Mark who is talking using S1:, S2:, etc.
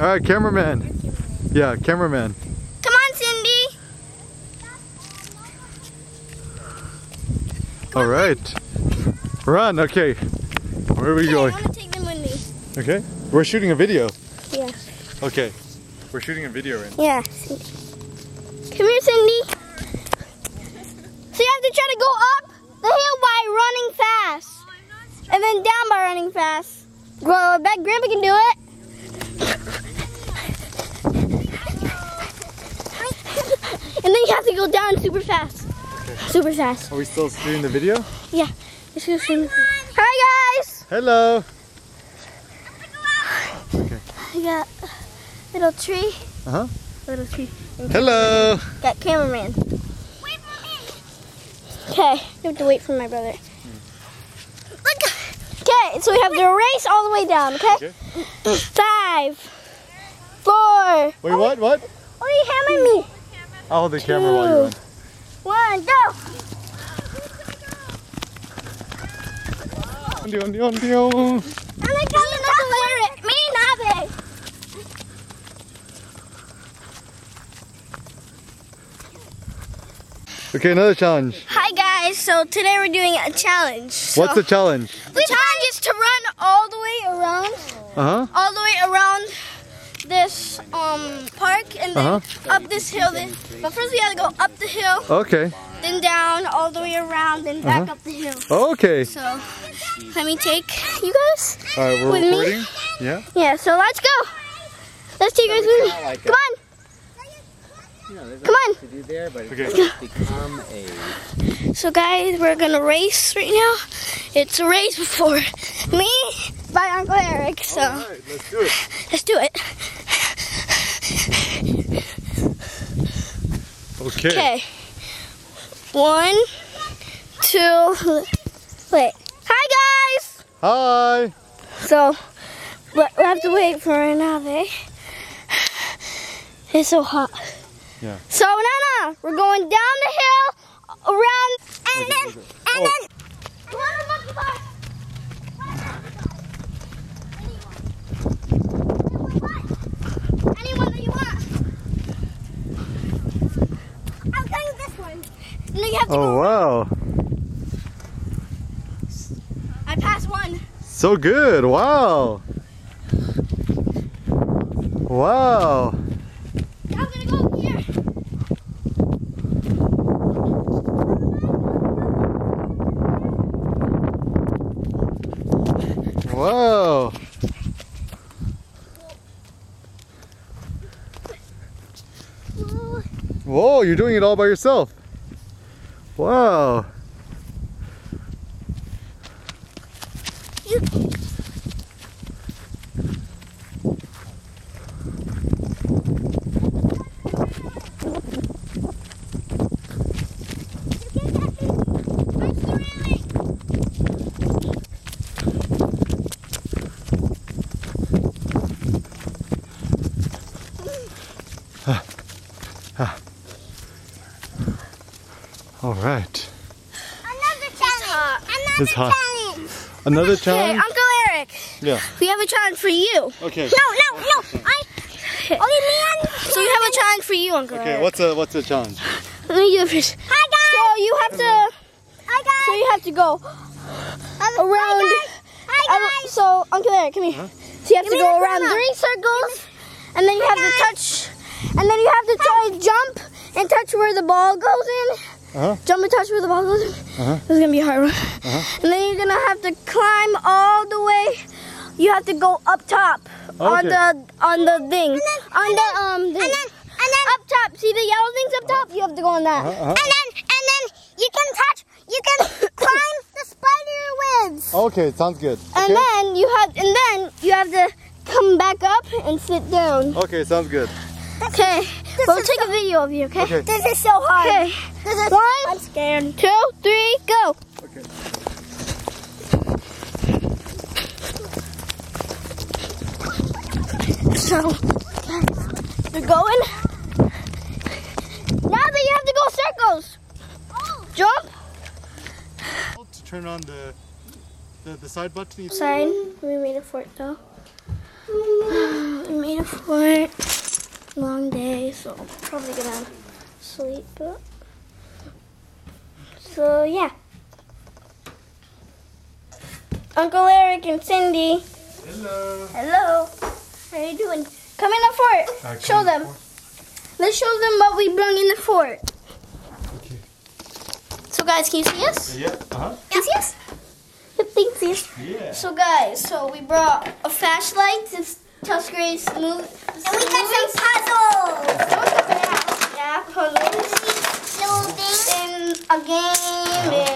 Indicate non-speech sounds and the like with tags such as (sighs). S1: All right, cameraman. Yeah, cameraman.
S2: Come on, Cindy.
S1: All right. Run. Okay. Where are we
S2: I
S1: going?
S2: want to take them with me.
S1: Okay. We're shooting a video.
S2: Yeah.
S1: Okay. We're shooting a video right now.
S2: Yeah, Cindy. Come here, Cindy. So you have to try to go up the hill by running fast. And then down by running fast. Well, I bet Grandpa can do (laughs) it. and then you have to go down super fast. Super fast.
S1: Are we still shooting the video?
S2: Let's go swim. Hi, guys.
S1: Hello.
S2: We got little tree.
S1: Uh-huh.
S2: Little tree.
S1: Hello.
S2: Got cameraman. Wait for me. Okay, you have to wait for my brother. Hmm. Look. Okay, so we have to race all the way down. Okay.
S1: Okay.
S2: Five, four.
S1: Wait, what? What?
S2: Oh, you hammered me.
S1: I'll hold the camera while you run.
S2: One, go.
S1: Undo, undo, undo.
S2: And I got me not wear it. Me not it.
S1: Okay, another challenge.
S2: Hi guys. So today we're doing a challenge. So
S1: What's the challenge?
S2: the challenge? Is to run all the way around.
S1: Uh huh.
S2: all the way around this um park and then
S1: Uh-huh.
S2: up this hill. Then, but first we gotta go up the hill,
S1: Okay.
S2: then down, all the way around, then back up the hill.
S1: Okay.
S2: So let me take you guys.
S1: All right, we're
S2: With me?
S1: recording. Yeah.
S2: Yeah. So let's go. Let's take you guys with me.
S3: like
S2: Come on.
S3: You know, there's
S2: Come
S3: lots
S2: on.
S3: to do there, but
S1: Okay.
S3: it's just become a
S2: So guys, we're gonna race right now. It's a race before me by Uncle Eric. So
S1: right, let's do it.
S2: let's do it.
S1: Okay.
S2: Okay. One, two, wait. Hi, guys!
S1: Hi.
S2: So, we we have to wait for Renave. It's so hot.
S1: Yeah.
S2: So, Nana, we're going down the hill, around, and then,
S1: Oh.
S2: and then. Anyone that you want. I'm going this one. And then you have to
S1: Oh
S2: go.
S1: wow.
S2: I passed one.
S1: So good. Wow. Wow.
S2: Now I'm gonna go here.
S1: Wow. Whoa, you're doing it all by yourself. Wow. All right.
S2: Another challenge. Another
S1: It's hot.
S2: challenge.
S1: Another
S2: Okay,
S1: challenge?
S2: Uncle Eric.
S1: Yeah.
S2: We have a challenge for you.
S1: Okay.
S2: No, no, no. (laughs) I. Okay, man. So we have a challenge for you, Uncle
S1: Okay,
S2: Eric.
S1: what's a what's a challenge?
S2: Let me do it first. Hi guys. So you have to. Hi guys. So you have to go around. Hi guys. So Uncle Eric, come here. So you have to
S4: me
S2: go
S4: the
S2: around
S4: grandma.
S2: three circles, and then you have to touch, and then you have to try and jump and touch where the ball goes in.
S1: Uh-huh.
S2: Jump and touch where the ball goes in.
S1: Uh-huh.
S2: This is gonna be a hard one. And then you're gonna have to climb all the way. You have to go up top on
S1: Okay.
S2: the on the thing on the um. Thing. And then up top, see the yellow things up top? You have to go on that.
S1: Uh-huh.
S4: And then and then you can touch you
S2: (coughs)
S4: can climb the spider webs.
S1: Okay, sounds good.
S2: And
S1: Okay?
S2: then you have and then you have to come back up and sit down.
S1: Okay, sounds good.
S2: Okay. We'll take a video of you, okay?
S1: Okay.
S4: This is so hard.
S2: Okay.
S4: This is
S2: One.
S4: I'm scared.
S2: Two, three, go.
S1: Okay.
S2: So they're going. Now that you have to go circles.
S4: Oh.
S2: Jump.
S1: To turn on the the, the side button.
S2: Sign. (sighs) We made it for it though. and made up for it. Long day, so I'm probably gonna sleep. But... So yeah. Uncle Eric and Cindy. Hello. Hello. How are you doing? Come in the fort. show them. Let's show them what we brung in the fort.
S5: Okay.
S2: So guys, can you see us?
S5: Yeah. Uh-huh.
S2: Can you see (laughs) us? Yep, they can see us.
S5: Yeah.
S2: So guys, so we brought a flashlight to s- test grade
S4: And
S2: smooth.
S4: we got some puzzles.
S2: Yeah, puzzles
S4: Little things.
S2: and a game